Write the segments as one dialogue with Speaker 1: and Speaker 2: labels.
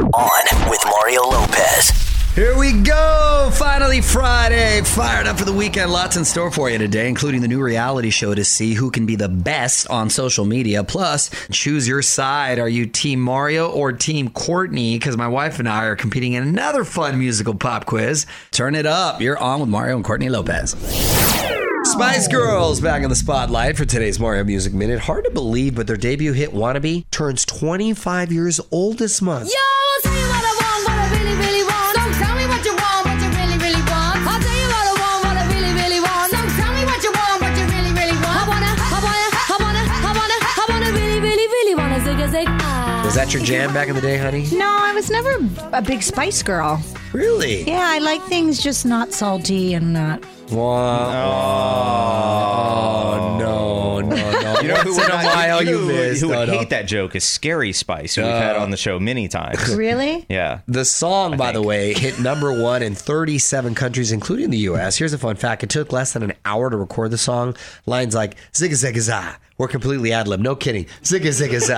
Speaker 1: On with Mario Lopez.
Speaker 2: Here we go! Finally Friday. Fired up for the weekend. Lots in store for you today, including the new reality show to see who can be the best on social media. Plus, choose your side. Are you Team Mario or Team Courtney? Because my wife and I are competing in another fun musical pop quiz. Turn it up. You're on with Mario and Courtney Lopez. Spice Girls back in the spotlight for today's Mario Music Minute. Hard to believe, but their debut hit Wannabe turns 25 years old this month.
Speaker 3: Yo, I'll tell you what I want, what I really, really want. Don't tell me what you want, what you really, really want. I'll tell you what I want, what I really, really want. Don't tell me what you want, what you really, really want. I wanna, I wanna, I wanna, I wanna, I wanna really, really, really wanna zig a zig. ah.
Speaker 2: Was that your jam back in the day, honey?
Speaker 4: No, I was never a big spice girl.
Speaker 2: Really?
Speaker 4: Yeah, I like things just not salty and not.
Speaker 2: Wow. Oh, No. no, no, no.
Speaker 5: Oh. You know who
Speaker 2: Once
Speaker 5: would,
Speaker 2: in a while you
Speaker 5: who would-
Speaker 2: missed.
Speaker 5: who would
Speaker 2: No, no.
Speaker 5: hate that joke is Scary Spice, who we've had on the show many times.
Speaker 4: Really?
Speaker 5: Yeah.
Speaker 2: The song, by the
Speaker 5: think.
Speaker 2: way, hit number one in 37 countries, including the U.S. Here's a fun fact: it took less than an hour to record the song. Lines like "zigga zigga za" were completely ad lib. No kidding. Zigga zigga za.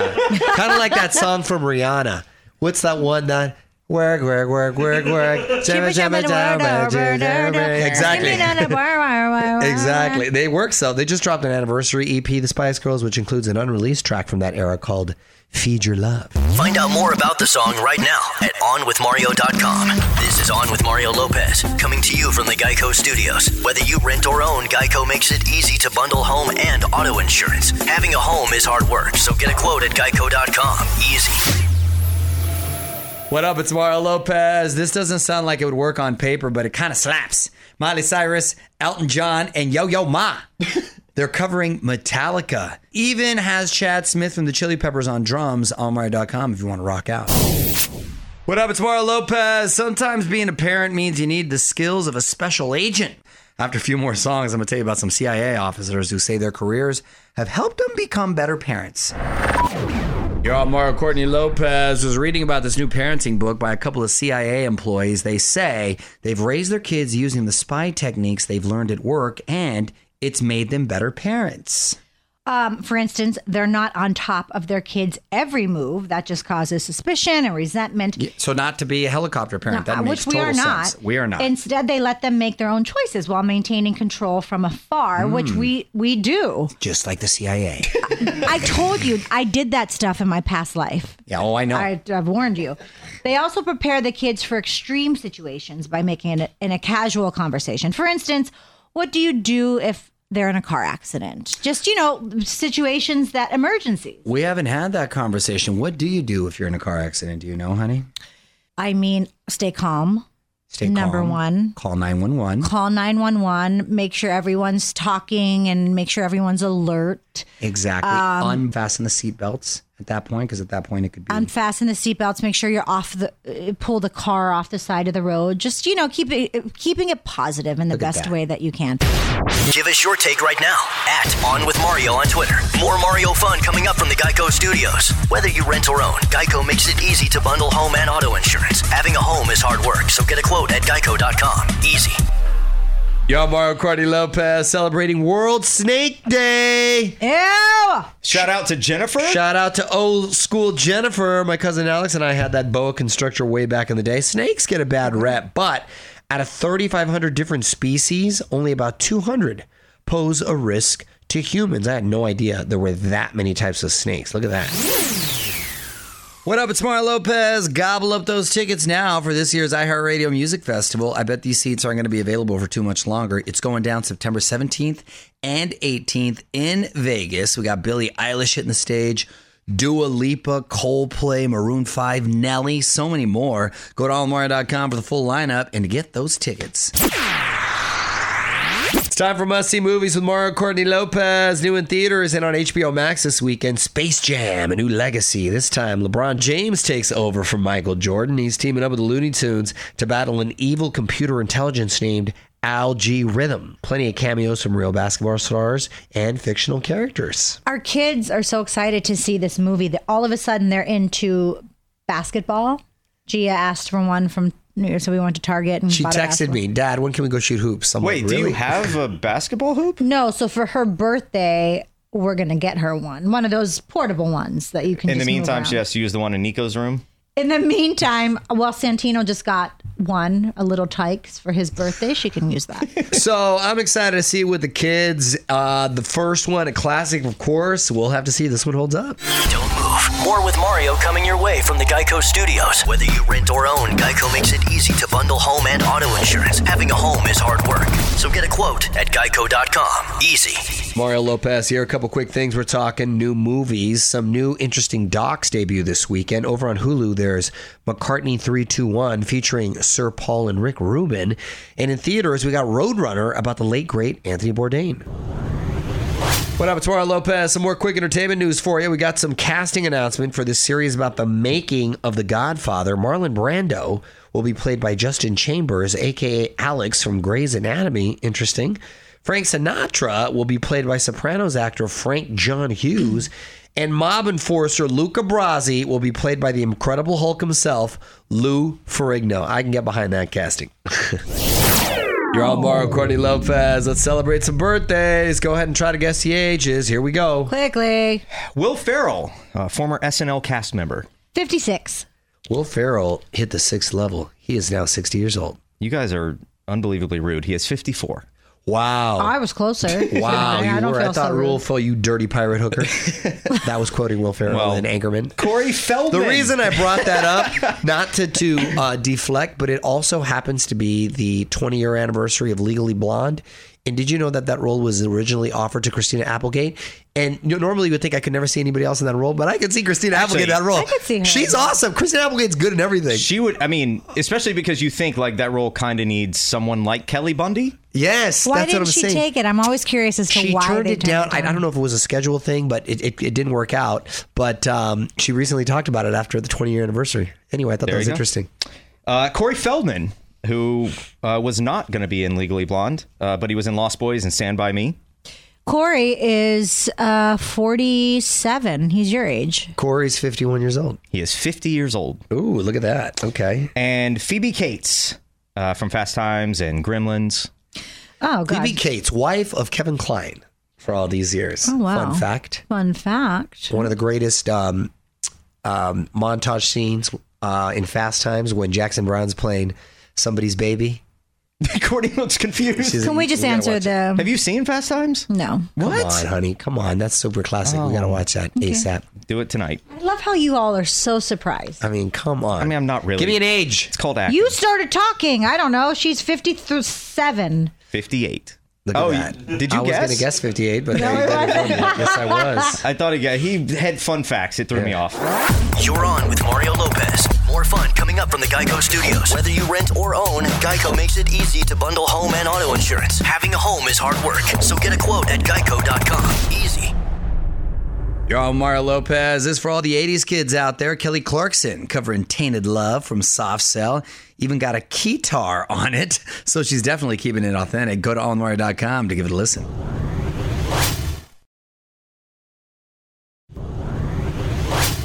Speaker 2: kind of like that song from Rihanna. What's that one that? Work, work, work, work, work. Jabba, jabba, jabba, jabba, jabba. Exactly. Exactly. They work so. They just dropped an anniversary EP, The Spice Girls, which includes an unreleased track from that era called Feed Your Love.
Speaker 1: Find out more about the song right now at onwithmario.com. This is On with Mario Lopez, coming to you from the Geico Studios. Whether you rent or own, Geico makes it easy to bundle home and auto insurance. Having a home is hard work, so get a quote at geico.com. Easy.
Speaker 2: What up? It's Mario Lopez. This doesn't sound like it would work on paper, but it kind of slaps. Miley Cyrus, Elton John, and Yo Yo Ma. They're covering Metallica. Even has Chad Smith from the Chili Peppers on drums on Mario.com if you want to rock out. What up? It's Mario Lopez. Sometimes being a parent means you need the skills of a special agent. After a few more songs, I'm going to tell you about some CIA officers who say their careers have helped them become better parents. You're on Mario Courtney Lopez. Was reading about this new parenting book by a couple of CIA employees. They say they've raised their kids using the spy techniques they've learned at work, and it's made them better parents.
Speaker 4: Um, for instance, they're not on top of their kids' every move. That just causes suspicion and resentment.
Speaker 2: So, not to be a helicopter parent, that
Speaker 4: Uh,
Speaker 2: makes
Speaker 4: which we
Speaker 2: total
Speaker 4: are not.
Speaker 2: sense. We are not.
Speaker 4: Instead, they let them make their own choices while maintaining control from afar, which
Speaker 2: Hmm.
Speaker 4: we we do.
Speaker 2: Just like the CIA.
Speaker 4: I told you, I did that stuff in my past life.
Speaker 2: yeah, oh, I know.
Speaker 4: I, I've warned you. They also prepare the kids for extreme situations by making it in a casual conversation. For instance, what do you do if they're in a car accident? Just, you know, situations that emergencies.
Speaker 2: we haven't had that conversation. What do you do if you're in a car accident? Do you know, honey?
Speaker 4: I mean, stay calm,
Speaker 2: Stay
Speaker 4: Number
Speaker 2: calm.
Speaker 4: one.
Speaker 2: Call 911.
Speaker 4: call 911, make sure everyone's talking and make sure everyone's alert.
Speaker 2: Exactly.
Speaker 4: Um,
Speaker 2: Unfasten the seatbelts at that point, because at that point it could be.
Speaker 4: Unfasten the seatbelts, make sure you're off the uh, pull the car off the side of the road. Just, you know, keep it keeping it positive in the
Speaker 2: Look at
Speaker 4: best
Speaker 2: that.
Speaker 4: way that you can.
Speaker 1: Give us your take right now at On With Mario on Twitter. More Mario fun coming up from the Geico Studios. Whether you rent or own, Geico makes it easy to bundle home and auto insurance. Having a home is hard work, so get a quote at geico.com. Easy.
Speaker 2: Y'all, Mario Cardi Lopez celebrating World Snake Day.
Speaker 4: Ew!
Speaker 5: Shout out to Jennifer.
Speaker 2: Shout out to old school Jennifer. My cousin Alex and I had that boa constrictor way back in the day. Snakes get a bad rep, but out of 3,500 different species, only about 200 pose a risk to humans. I had no idea there were that many types of snakes. Look at that. What up, it's Mario Lopez. Gobble up those tickets now for this year's iHeartRadio Music Festival. I bet these seats aren't going to be available for too much longer. It's going down September 17th and 18th in Vegas. We got Billie Eilish hitting the stage, Dua Lipa, Coldplay, Maroon 5, Nelly, so many more. Go to allmario.com for the full lineup and to get those tickets. It's time for must see movies with Mario Courtney Lopez. New in theaters and on HBO Max this weekend Space Jam, a new legacy. This time, LeBron James takes over from Michael Jordan. He's teaming up with the Looney Tunes to battle an evil computer intelligence named Algae Rhythm. Plenty of cameos from real basketball stars and fictional characters.
Speaker 4: our kids are so excited to see this movie that all of a sudden they're into basketball. Gia asked for one from so we went to Target and
Speaker 2: She
Speaker 4: bought a
Speaker 2: texted
Speaker 4: basketball.
Speaker 2: me, Dad, when can we go shoot hoops? I'm
Speaker 5: Wait,
Speaker 2: like,
Speaker 5: do
Speaker 2: "Really?"
Speaker 5: you have a basketball hoop?
Speaker 4: No, so for her birthday, we're gonna get her one, one of those portable ones that you can.
Speaker 5: In the
Speaker 4: just move
Speaker 5: meantime, she
Speaker 4: around.
Speaker 5: has to use the one in Nico's room.
Speaker 4: In the meantime, well, Santino just got one, a little tykes for his birthday. She can use that.
Speaker 2: So I'm excited to see it with the kids. Uh, the first one, a classic, of course. We'll have to see this one holds up.
Speaker 1: Don't move. More with Mario coming your way from the Geico Studios. Whether you rent or own, Geico makes it easy to bundle home and auto insurance. Having a home is hard work. So get a quote at geico.com. Easy.
Speaker 2: Mario Lopez here. A couple quick things. We're talking new movies. Some new interesting docs debut this weekend. Over on Hulu, there's McCartney 321 featuring Sir Paul and Rick Rubin. And in theaters, we got Roadrunner about the late, great Anthony Bourdain. What up, it's Mario Lopez. Some more quick entertainment news for you. We got some casting announcement for this series about the making of The Godfather. Marlon Brando will be played by Justin Chambers, aka Alex from Grey's Anatomy. Interesting. Frank Sinatra will be played by Sopranos actor Frank John Hughes. And mob enforcer Luca Brasi will be played by the Incredible Hulk himself, Lou Ferrigno. I can get behind that casting. You're on Mario Courtney Lopez. Let's celebrate some birthdays. Go ahead and try to guess the ages. Here we go.
Speaker 4: Quickly.
Speaker 5: Will Ferrell, a former SNL cast member.
Speaker 4: 56.
Speaker 2: Will Farrell hit the sixth level. He is now 60 years old.
Speaker 5: You guys are unbelievably rude. He is 54.
Speaker 2: Wow.
Speaker 4: I was closer.
Speaker 2: wow,
Speaker 4: I
Speaker 2: you
Speaker 4: don't
Speaker 2: were.
Speaker 4: feel
Speaker 2: I thought
Speaker 4: so
Speaker 2: Rule
Speaker 4: rude.
Speaker 2: fell, you dirty pirate hooker. that was quoting Will Ferrell
Speaker 5: Well,
Speaker 2: and Anchorman.
Speaker 5: Corey Feldman.
Speaker 2: The reason I brought that up, not to to uh, deflect, but it also happens to be the 20 year anniversary of Legally Blonde. And did you know that that role was originally offered to Christina Applegate? And you know, normally you would think I could never see anybody else in that role, but I could see Christina Applegate in that role. I
Speaker 4: could see her.
Speaker 2: She's awesome. Christina Applegate's good in everything.
Speaker 5: she would, I mean, especially because you think like that role kind of needs someone like Kelly Bundy.
Speaker 2: yes,
Speaker 4: Why
Speaker 2: that's what
Speaker 4: didn't
Speaker 2: I'm
Speaker 4: she
Speaker 2: saying.
Speaker 4: take it? I'm always curious as to
Speaker 2: she
Speaker 4: why
Speaker 2: turned
Speaker 4: they
Speaker 2: it down. I, I don't know if it was a schedule thing, but it, it, it didn't work out. But um, she recently talked about it after the 20 year anniversary. Anyway, I thought that
Speaker 5: you
Speaker 2: was
Speaker 5: go.
Speaker 2: interesting.
Speaker 5: Uh, Corey Feldman, who uh, was not going to be in Legally Blonde, uh, but he was in Lost Boys and Stand By Me.
Speaker 4: Corey is uh, 47. He's your age.
Speaker 2: Corey's 51 years old.
Speaker 5: He is 50 years old.
Speaker 2: Ooh, look at that. Okay.
Speaker 5: And Phoebe Cates uh, from Fast Times and Gremlins.
Speaker 4: Oh, God.
Speaker 2: Phoebe Cates, wife of Kevin Klein for all these years.
Speaker 4: Oh, wow.
Speaker 2: Fun fact.
Speaker 4: Fun fact.
Speaker 2: One of the greatest um, um, montage scenes uh, in Fast Times when Jackson Brown's playing somebody's baby.
Speaker 5: Courtney looks confused.
Speaker 2: She's-
Speaker 4: Can we just
Speaker 2: gotta
Speaker 4: answer
Speaker 2: watch it.
Speaker 4: the.
Speaker 5: Have you seen Fast Times?
Speaker 4: No.
Speaker 2: Come on, honey. Come on. That's super classic. We got to
Speaker 4: Oh.
Speaker 2: watch that ASAP.
Speaker 5: Do it tonight.
Speaker 4: I love how you all are so surprised.
Speaker 2: I mean, come on.
Speaker 5: I mean, I'm not really.
Speaker 2: Give me an age.
Speaker 5: It's called acting.
Speaker 4: You started talking. I don't know. She's 57.
Speaker 5: 58.
Speaker 2: Look
Speaker 5: oh,
Speaker 2: at that.
Speaker 5: you- did you
Speaker 2: I
Speaker 5: guess?
Speaker 2: was going to guess 58, but no, you didn't tell me. Yes, I was.
Speaker 5: I thought he got, he had fun facts. It threw me off.
Speaker 1: You're on with Mario Lopez. More fun coming up from the Geico Studios. Whether you rent or own, Geico makes it easy to bundle home and auto insurance. Having a home is hard work. So get a quote at geico.com. Easy.
Speaker 2: You're on Mario Lopez. This is for all the 80s kids out there. Kelly Clarkson covering Tainted Love from Soft Cell. Even got a keytar on it. So she's definitely keeping it authentic. Go to onmario.com to give it a listen.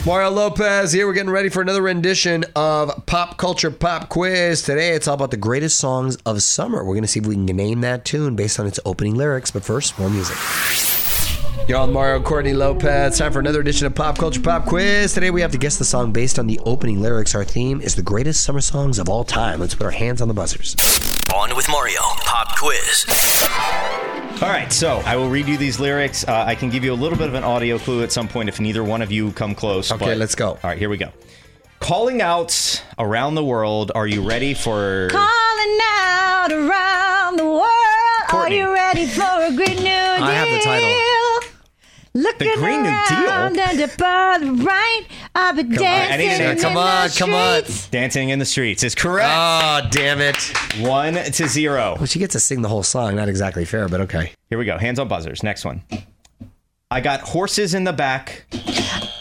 Speaker 2: Mario Lopez here. We're getting ready for another rendition of Pop Culture Pop Quiz. Today it's all about the greatest songs of summer. We're going to see if we can name that tune based on its opening lyrics. But first, more music. You're on Mario Courtney Lopez. Time for another edition of Pop Culture Pop Quiz. Today we have to guess the song based on the opening lyrics. Our theme is the greatest summer songs of all time. Let's put our hands on the buzzers.
Speaker 1: On with Mario. Pop quiz.
Speaker 5: All right, so I will read you these lyrics. Uh, I can give you a little bit of an audio clue at some point if neither one of you come close.
Speaker 2: Okay,
Speaker 5: but-
Speaker 2: let's go.
Speaker 5: All right, here we go. Calling out around the world. Are you ready for?
Speaker 4: Calling out around the world.
Speaker 5: Courtney.
Speaker 4: Are you ready for a Green New Deal? I
Speaker 2: have the title.
Speaker 4: Looking
Speaker 5: The Green New Deal?
Speaker 4: around and above the right, I'll be
Speaker 5: I need
Speaker 4: dancing
Speaker 5: an answer.
Speaker 4: in
Speaker 5: Come
Speaker 4: the
Speaker 2: on, come on.
Speaker 4: streets.
Speaker 5: Dancing in the streets is correct.
Speaker 2: Ah, damn it.
Speaker 5: One to zero.
Speaker 2: Well, she gets to sing the whole song. Not exactly fair, but okay.
Speaker 5: Here we go. Hands on buzzers. Next one. I got horses in the back.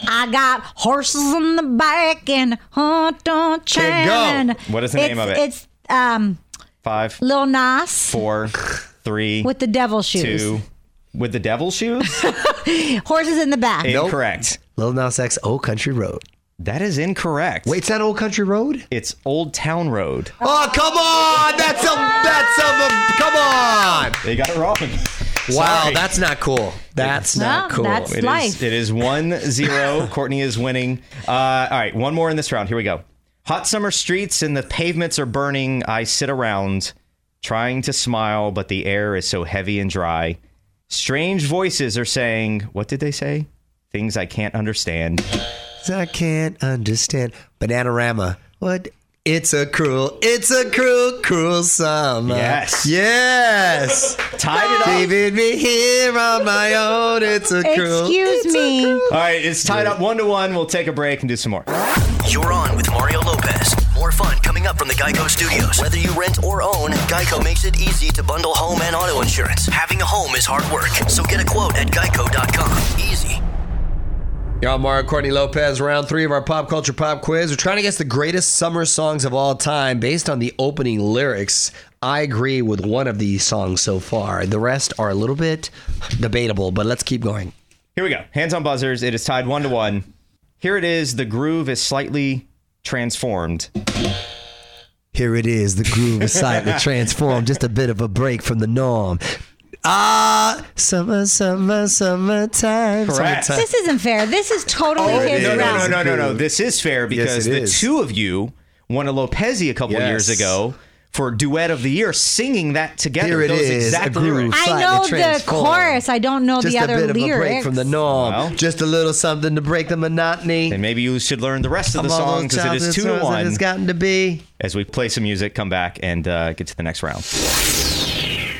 Speaker 4: I got horses in the back and hunt on
Speaker 2: Okay, go.
Speaker 4: chain.
Speaker 5: What is the name
Speaker 4: It's-
Speaker 5: of it?
Speaker 4: It's um,
Speaker 5: Five,
Speaker 4: Lil Nas
Speaker 5: four, three,
Speaker 4: with the devil shoes.
Speaker 5: two. With the devil shoes?
Speaker 4: Horses in the back.
Speaker 5: incorrect.
Speaker 2: Lil Nas X, Old Country Road.
Speaker 5: That is incorrect.
Speaker 2: Wait, it's not Old Country Road?
Speaker 5: It's Old Town Road.
Speaker 2: Oh, come on. That's a, that's a, come on.
Speaker 5: They got it wrong.
Speaker 2: Wow,
Speaker 5: Sorry.
Speaker 2: that's not cool. That's not
Speaker 4: No,
Speaker 2: cool.
Speaker 4: that's-
Speaker 5: It is.
Speaker 4: Life.
Speaker 5: It is one zero. Courtney is winning. Uh, all right, one more in this round. Here we go. Hot summer streets and the pavements are burning. I sit around trying to smile, but the air is so heavy and dry. Strange voices are saying, "What did they say?" Things I can't understand.
Speaker 6: I can't understand. Bananarama. What? It's a cruel, it's a cruel, cruel summer.
Speaker 5: Yes.
Speaker 6: Yes.
Speaker 5: Tied it up.
Speaker 6: Leaving me here on my own. It's a cruel.
Speaker 4: Excuse me.
Speaker 5: All right, it's tied up one to one. We'll take a break and do some more.
Speaker 1: You're on with Mario Lopez. More fun coming up from the Geico Studios. Whether you rent or own, Geico makes it easy to bundle home and auto insurance. Having a home is hard work, so get a quote at geico.com. Easy.
Speaker 2: Y'all, Mario Courtney Lopez, round three of our pop culture pop quiz. We're trying to guess the greatest summer songs of all time based on the opening lyrics. I agree with one of these songs so far. The rest are a little bit debatable, but let's keep going.
Speaker 5: Here we go. Hands on buzzers. It is tied one to one. Here it is. The groove is slightly transformed.
Speaker 6: Here it is, the groove is slightly transformed, just a bit of a break from the norm. Ah, summer, summer, summertime.
Speaker 5: Correct.
Speaker 6: summertime.
Speaker 4: This isn't fair. This is totally
Speaker 6: Oh,
Speaker 4: his
Speaker 6: it
Speaker 5: No,
Speaker 6: is.
Speaker 5: no, no,
Speaker 4: round.
Speaker 5: no, no, no.
Speaker 6: Groove.
Speaker 5: This is fair because
Speaker 6: it
Speaker 5: the
Speaker 6: is.
Speaker 5: two of you won a Lopez a couple
Speaker 6: Yes.
Speaker 5: years ago for duet of the year, singing that together.
Speaker 6: Here it
Speaker 5: Those
Speaker 6: is,
Speaker 5: exact
Speaker 6: a groove.
Speaker 5: lyrics.
Speaker 4: I
Speaker 6: Slightly
Speaker 4: know the
Speaker 6: transformed.
Speaker 4: chorus. I don't know
Speaker 6: Just
Speaker 4: the
Speaker 6: a
Speaker 4: other
Speaker 6: bit of a break
Speaker 4: lyrics.
Speaker 6: from the norm.
Speaker 5: Well.
Speaker 6: Just a little something to break the monotony.
Speaker 5: And maybe you should learn the rest of the
Speaker 6: Among all
Speaker 5: song because it
Speaker 6: times
Speaker 5: is
Speaker 6: and
Speaker 5: two to
Speaker 6: times that
Speaker 5: one.
Speaker 6: It's gotten to be.
Speaker 5: As we play some music, come back and uh, get to the next round.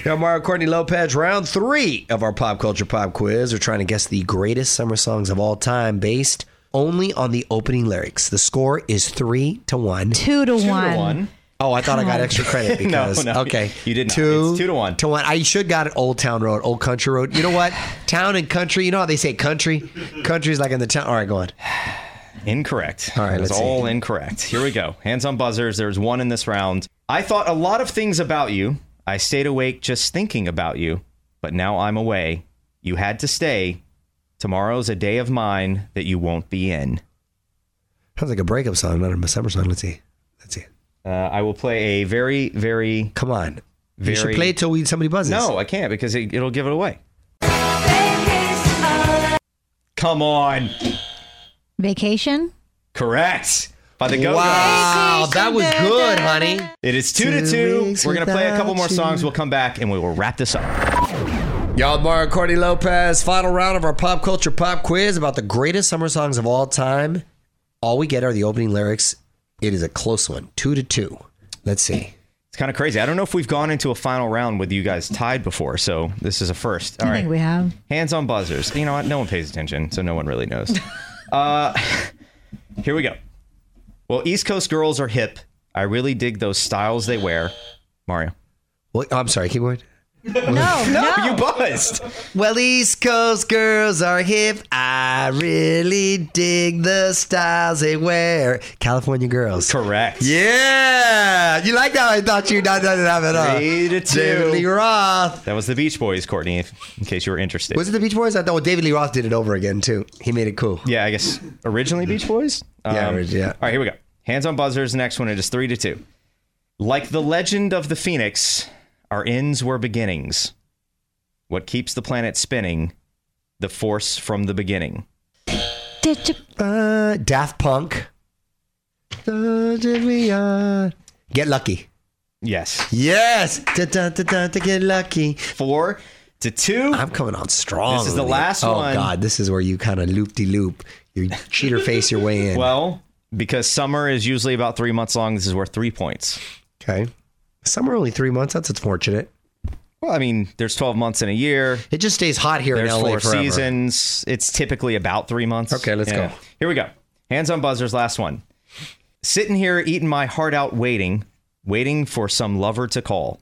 Speaker 2: Y'all, Mario Courtney Lopez, round three of our pop culture pop quiz. We're trying to guess the greatest summer songs of all time based only on the opening lyrics. The score is three to one.
Speaker 4: two to one.
Speaker 5: Two to one.
Speaker 2: Oh, I thought I got extra credit because
Speaker 5: no,
Speaker 2: okay,
Speaker 5: you did not.
Speaker 2: Two,
Speaker 5: It's two to one.
Speaker 2: To one. I should got it. Old Town Road, Old Country Road. You know what? town and country. You know how they say country? Country's like in the town. All right, go on.
Speaker 5: Incorrect.
Speaker 2: All right,
Speaker 5: It was
Speaker 2: let's see.
Speaker 5: all incorrect. Here we go. Hands on buzzers. There's one in this round. I thought a lot of things about you. I stayed awake just thinking about you, but now I'm away. You had to stay. Tomorrow's a day of mine that you won't be in.
Speaker 2: Sounds like a breakup song, not a summer song. Let's see. Let's see.
Speaker 5: Uh, I will play a very, very
Speaker 2: Come on.
Speaker 5: Very-
Speaker 2: You should play it till we somebody buzzes.
Speaker 5: no. I can't because it, it'll give it away. Come on,
Speaker 4: Vacation.
Speaker 5: correct by the go.
Speaker 2: Wow, that was good, honey.
Speaker 5: It is two, to
Speaker 6: Two
Speaker 5: two.
Speaker 6: weeks
Speaker 5: We're gonna play a couple
Speaker 6: without
Speaker 5: more
Speaker 6: you.
Speaker 5: songs. We'll come back and we will wrap this up.
Speaker 2: Y'all, Mario Courtney Lopez. Final round of our pop culture pop quiz about the greatest summer songs of all time. All we get are the opening lyrics. It is a close one, two to two. Let's see.
Speaker 5: It's kind of crazy. I don't know if we've gone into a final round with you guys tied before, so this is a first. All
Speaker 4: I
Speaker 5: right.
Speaker 4: think we have.
Speaker 5: Hands on buzzers. You know what? No one pays attention, so no one really knows. uh, here we go. Well, East Coast girls are hip. I really dig those styles they wear. Mario.
Speaker 2: Well, I'm sorry. Keep going.
Speaker 4: No, no.
Speaker 5: You buzzed.
Speaker 6: Well, East Coast girls are hip. I really dig the styles they wear. California girls.
Speaker 5: Correct.
Speaker 6: Yeah, you like that? I thought you not that at all.
Speaker 5: Three to two.
Speaker 6: David Lee Roth.
Speaker 5: That was the Beach Boys, Courtney, if, in case you were interested.
Speaker 6: Was it the Beach Boys? I thought well, David Lee Roth did it over again too. He made it cool.
Speaker 5: yeah, I guess originally Beach Boys?
Speaker 6: Yeah,
Speaker 5: Um,
Speaker 6: orig- yeah.
Speaker 5: All right, here we go. Hands on buzzers. Next one. It is three to two. Like the legend of the Phoenix, our ends were beginnings. What keeps the planet spinning? The force from the beginning.
Speaker 4: Did you-
Speaker 6: Uh, Daft Punk. Da- da- me, uh, Get lucky.
Speaker 5: Yes.
Speaker 6: Yes. Da, da, da, da, da, get lucky.
Speaker 5: four to two.
Speaker 6: I'm coming on strong.
Speaker 5: This is the
Speaker 6: with it.
Speaker 5: last
Speaker 6: Oh
Speaker 5: one.
Speaker 6: God, this is where you kind of loop de loop. You cheater face your way in.
Speaker 5: Well, because summer is usually about three months long, this is worth three points.
Speaker 6: okay. Summer only three months. That's unfortunate.
Speaker 5: Well, I mean, there's 12 months in a year.
Speaker 2: It just stays hot here
Speaker 5: There's
Speaker 2: in LA
Speaker 5: four
Speaker 2: forever.
Speaker 5: seasons. It's typically about three months.
Speaker 2: Okay, let's go.
Speaker 5: Here we go. Hands on buzzers. Last one. Sitting here eating my heart out, waiting, waiting for some lover to call.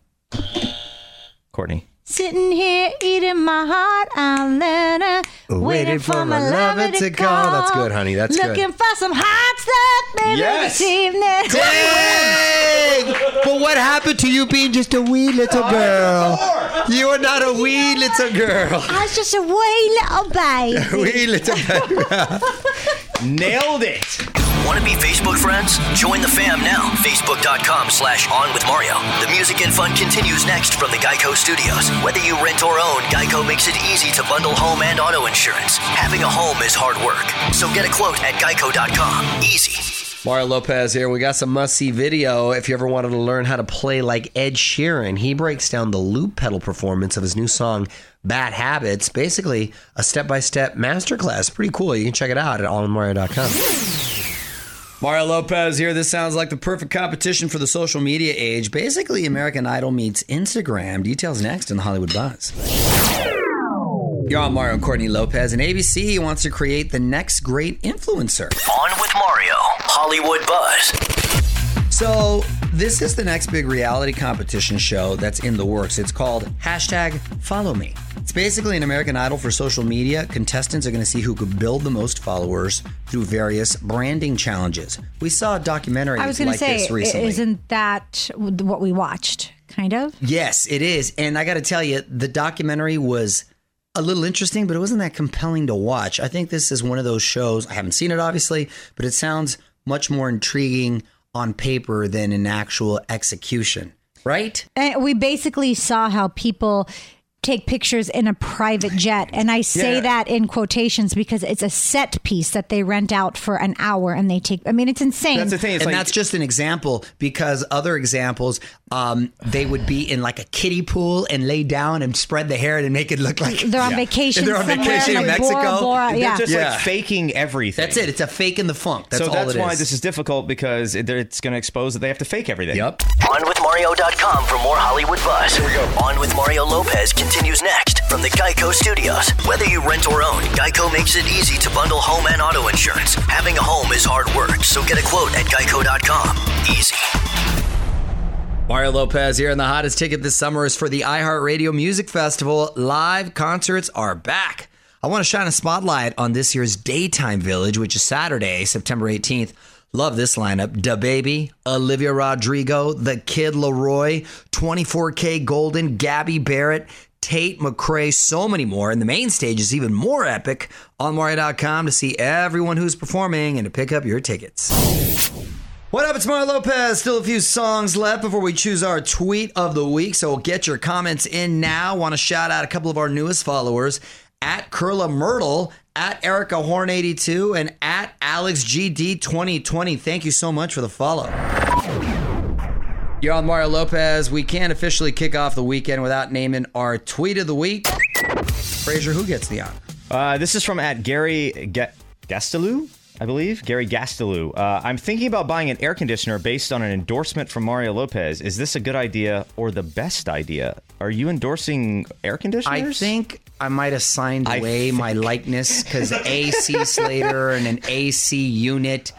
Speaker 5: Courtney.
Speaker 4: Sitting here eating my heart out, letter, waiting, for my lover to call.
Speaker 6: That's good, honey. That's good.
Speaker 4: Looking Looking for some hot stuff, baby,
Speaker 5: Yes.
Speaker 4: this evening.
Speaker 6: Dang! But what happened to you being just a wee little girl? You are not a wee little girl.
Speaker 4: I was just a wee little
Speaker 6: Wee
Speaker 4: baby.
Speaker 6: little girl.
Speaker 5: Nailed it.
Speaker 1: Want to be Facebook friends? Join the fam now. Facebook.com slash on with Mario. The music and fun continues next from the Geico Studios. Whether you rent or own, Geico makes it easy to bundle home and auto insurance. Having a home is hard work. So get a quote at geico.com. Easy.
Speaker 2: Mario Lopez here. We got some must see video. If
Speaker 6: If you ever wanted to learn how to play like Ed Sheeran, he breaks down the loop pedal performance of his new song Bad Habits, basically a step-by-step masterclass. Pretty cool. You can check it out at allmario.com.
Speaker 2: Mario Lopez here. This sounds like the perfect competition for the social media age. Basically, American Idol meets Instagram. Details next in the Hollywood Buzz. You're on Mario and Courtney Lopez, and ABC wants to create the next great influencer.
Speaker 1: On with Mario. Hollywood Buzz.
Speaker 2: So this is the next big reality competition show that's in the works. It's called hashtag follow me. It's basically an American Idol for social media. Contestants are going to see who could build the most followers through various branding challenges. We saw a documentary
Speaker 4: I was going
Speaker 2: like
Speaker 4: to say,
Speaker 2: this recently.
Speaker 4: isn't that what we watched? Kind of.
Speaker 2: Yes, it is. And I got to tell you, the documentary was a little interesting, but it wasn't that compelling to watch. I think this is one of those shows. I haven't seen it, obviously, but it sounds much more intriguing on paper than in actual execution, right?
Speaker 4: And we basically saw how people take pictures in a private jet. And I say
Speaker 2: Yeah.
Speaker 4: that in quotations because it's a set piece that they rent out for an hour and they take. I mean, it's insane.
Speaker 5: That's the thing. It's
Speaker 2: and
Speaker 5: like
Speaker 2: that's just an example because other examples, um, they would be in like a kiddie pool and lay down and spread the hair and make it look like
Speaker 4: They're on vacation.
Speaker 2: They're on
Speaker 4: somewhere
Speaker 2: vacation
Speaker 4: like
Speaker 2: in Mexico.
Speaker 4: Bora Bora.
Speaker 5: they're
Speaker 4: Yeah.
Speaker 5: just
Speaker 2: Yeah.
Speaker 5: like faking everything.
Speaker 2: That's it. It's a fake and the funk. That's
Speaker 5: so
Speaker 2: all
Speaker 5: that's
Speaker 2: it is.
Speaker 5: why this is difficult because it, it's going to expose that they have to fake everything.
Speaker 2: Yep.
Speaker 1: OnWithMario.com for more Hollywood buzz. Here we go. On with Mario Lopez continues next from the Geico Studios. Whether you rent or own, Geico makes it easy to bundle home and auto insurance. Having a home is hard work, so get a quote at Geico.com. Easy.
Speaker 2: Mario Lopez here, and the hottest ticket this summer is for the iHeartRadio Music Festival. Live concerts are back. I want to shine a spotlight on this year's Daytime Village, which is Saturday, September 18th. Love this lineup. Da Baby, Olivia Rodrigo, The Kid Leroy, 24K Golden, Gabby Barrett, Tate McRae, so many more. And the main stage is even more epic on Mario.com to see everyone who's performing and to pick up your tickets. What up? It's Mario Lopez. Still a few songs left before we choose our tweet of the week. So get your comments in now. Want to shout out a couple of our newest followers at Curla Myrtle, at Erica Horn82, and at AlexGD2020. Thank you so much for the follow. You're on Mario Lopez. We can't officially kick off the weekend without naming our tweet of the week. Frazier, who gets the honor?
Speaker 5: Uh, this is from at Gary Ga- Gastelou, I believe. Gary Gastelou. Uh, I'm thinking about buying an air conditioner based on an endorsement from Mario Lopez. Is this a good idea or the best idea? Are you endorsing air
Speaker 2: I
Speaker 5: conditioners?
Speaker 2: think I might have signed away my likeness because AC Slater and an AC unit,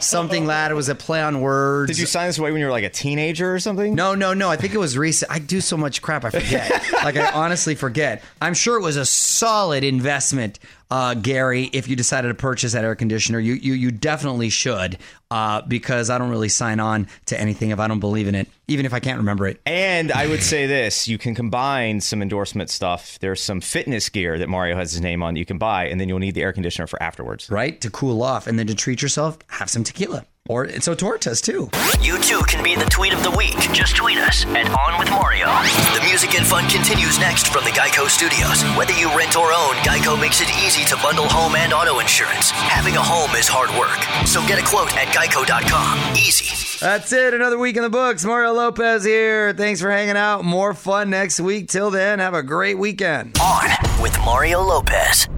Speaker 2: something lad. It was a play on words.
Speaker 5: Did you sign this away when you were like a teenager or something?
Speaker 2: No, no, no. I think it was recent. I do so much crap, I forget. like I honestly forget. I'm sure it was a solid investment, uh, Gary. If you decided to purchase that air conditioner, you you you definitely should, uh, because I don't really sign on to anything if I don't believe in it, even if I can't remember it.
Speaker 5: And I would say this: you can combine some endorsement stuff. There's some fitness gear that Mario has his name on. You can buy, and then you'll need the air conditioner for afterwards.
Speaker 2: Right to cool off, and then to treat yourself, have some tequila or so tortas too.
Speaker 1: You too can be the tweet of the week. Just tweet us at On With Mario. The music and fun continues next from the Geico Studios. Whether you rent or own, Geico makes it easy to bundle home and auto insurance. Having a home is hard work, so get a quote at geico.com. Easy.
Speaker 2: That's it. Another week in the books. Mario Lopez here. Thanks for hanging out. More fun next week. Till then, have a great weekend.
Speaker 1: On with Mario Lopez.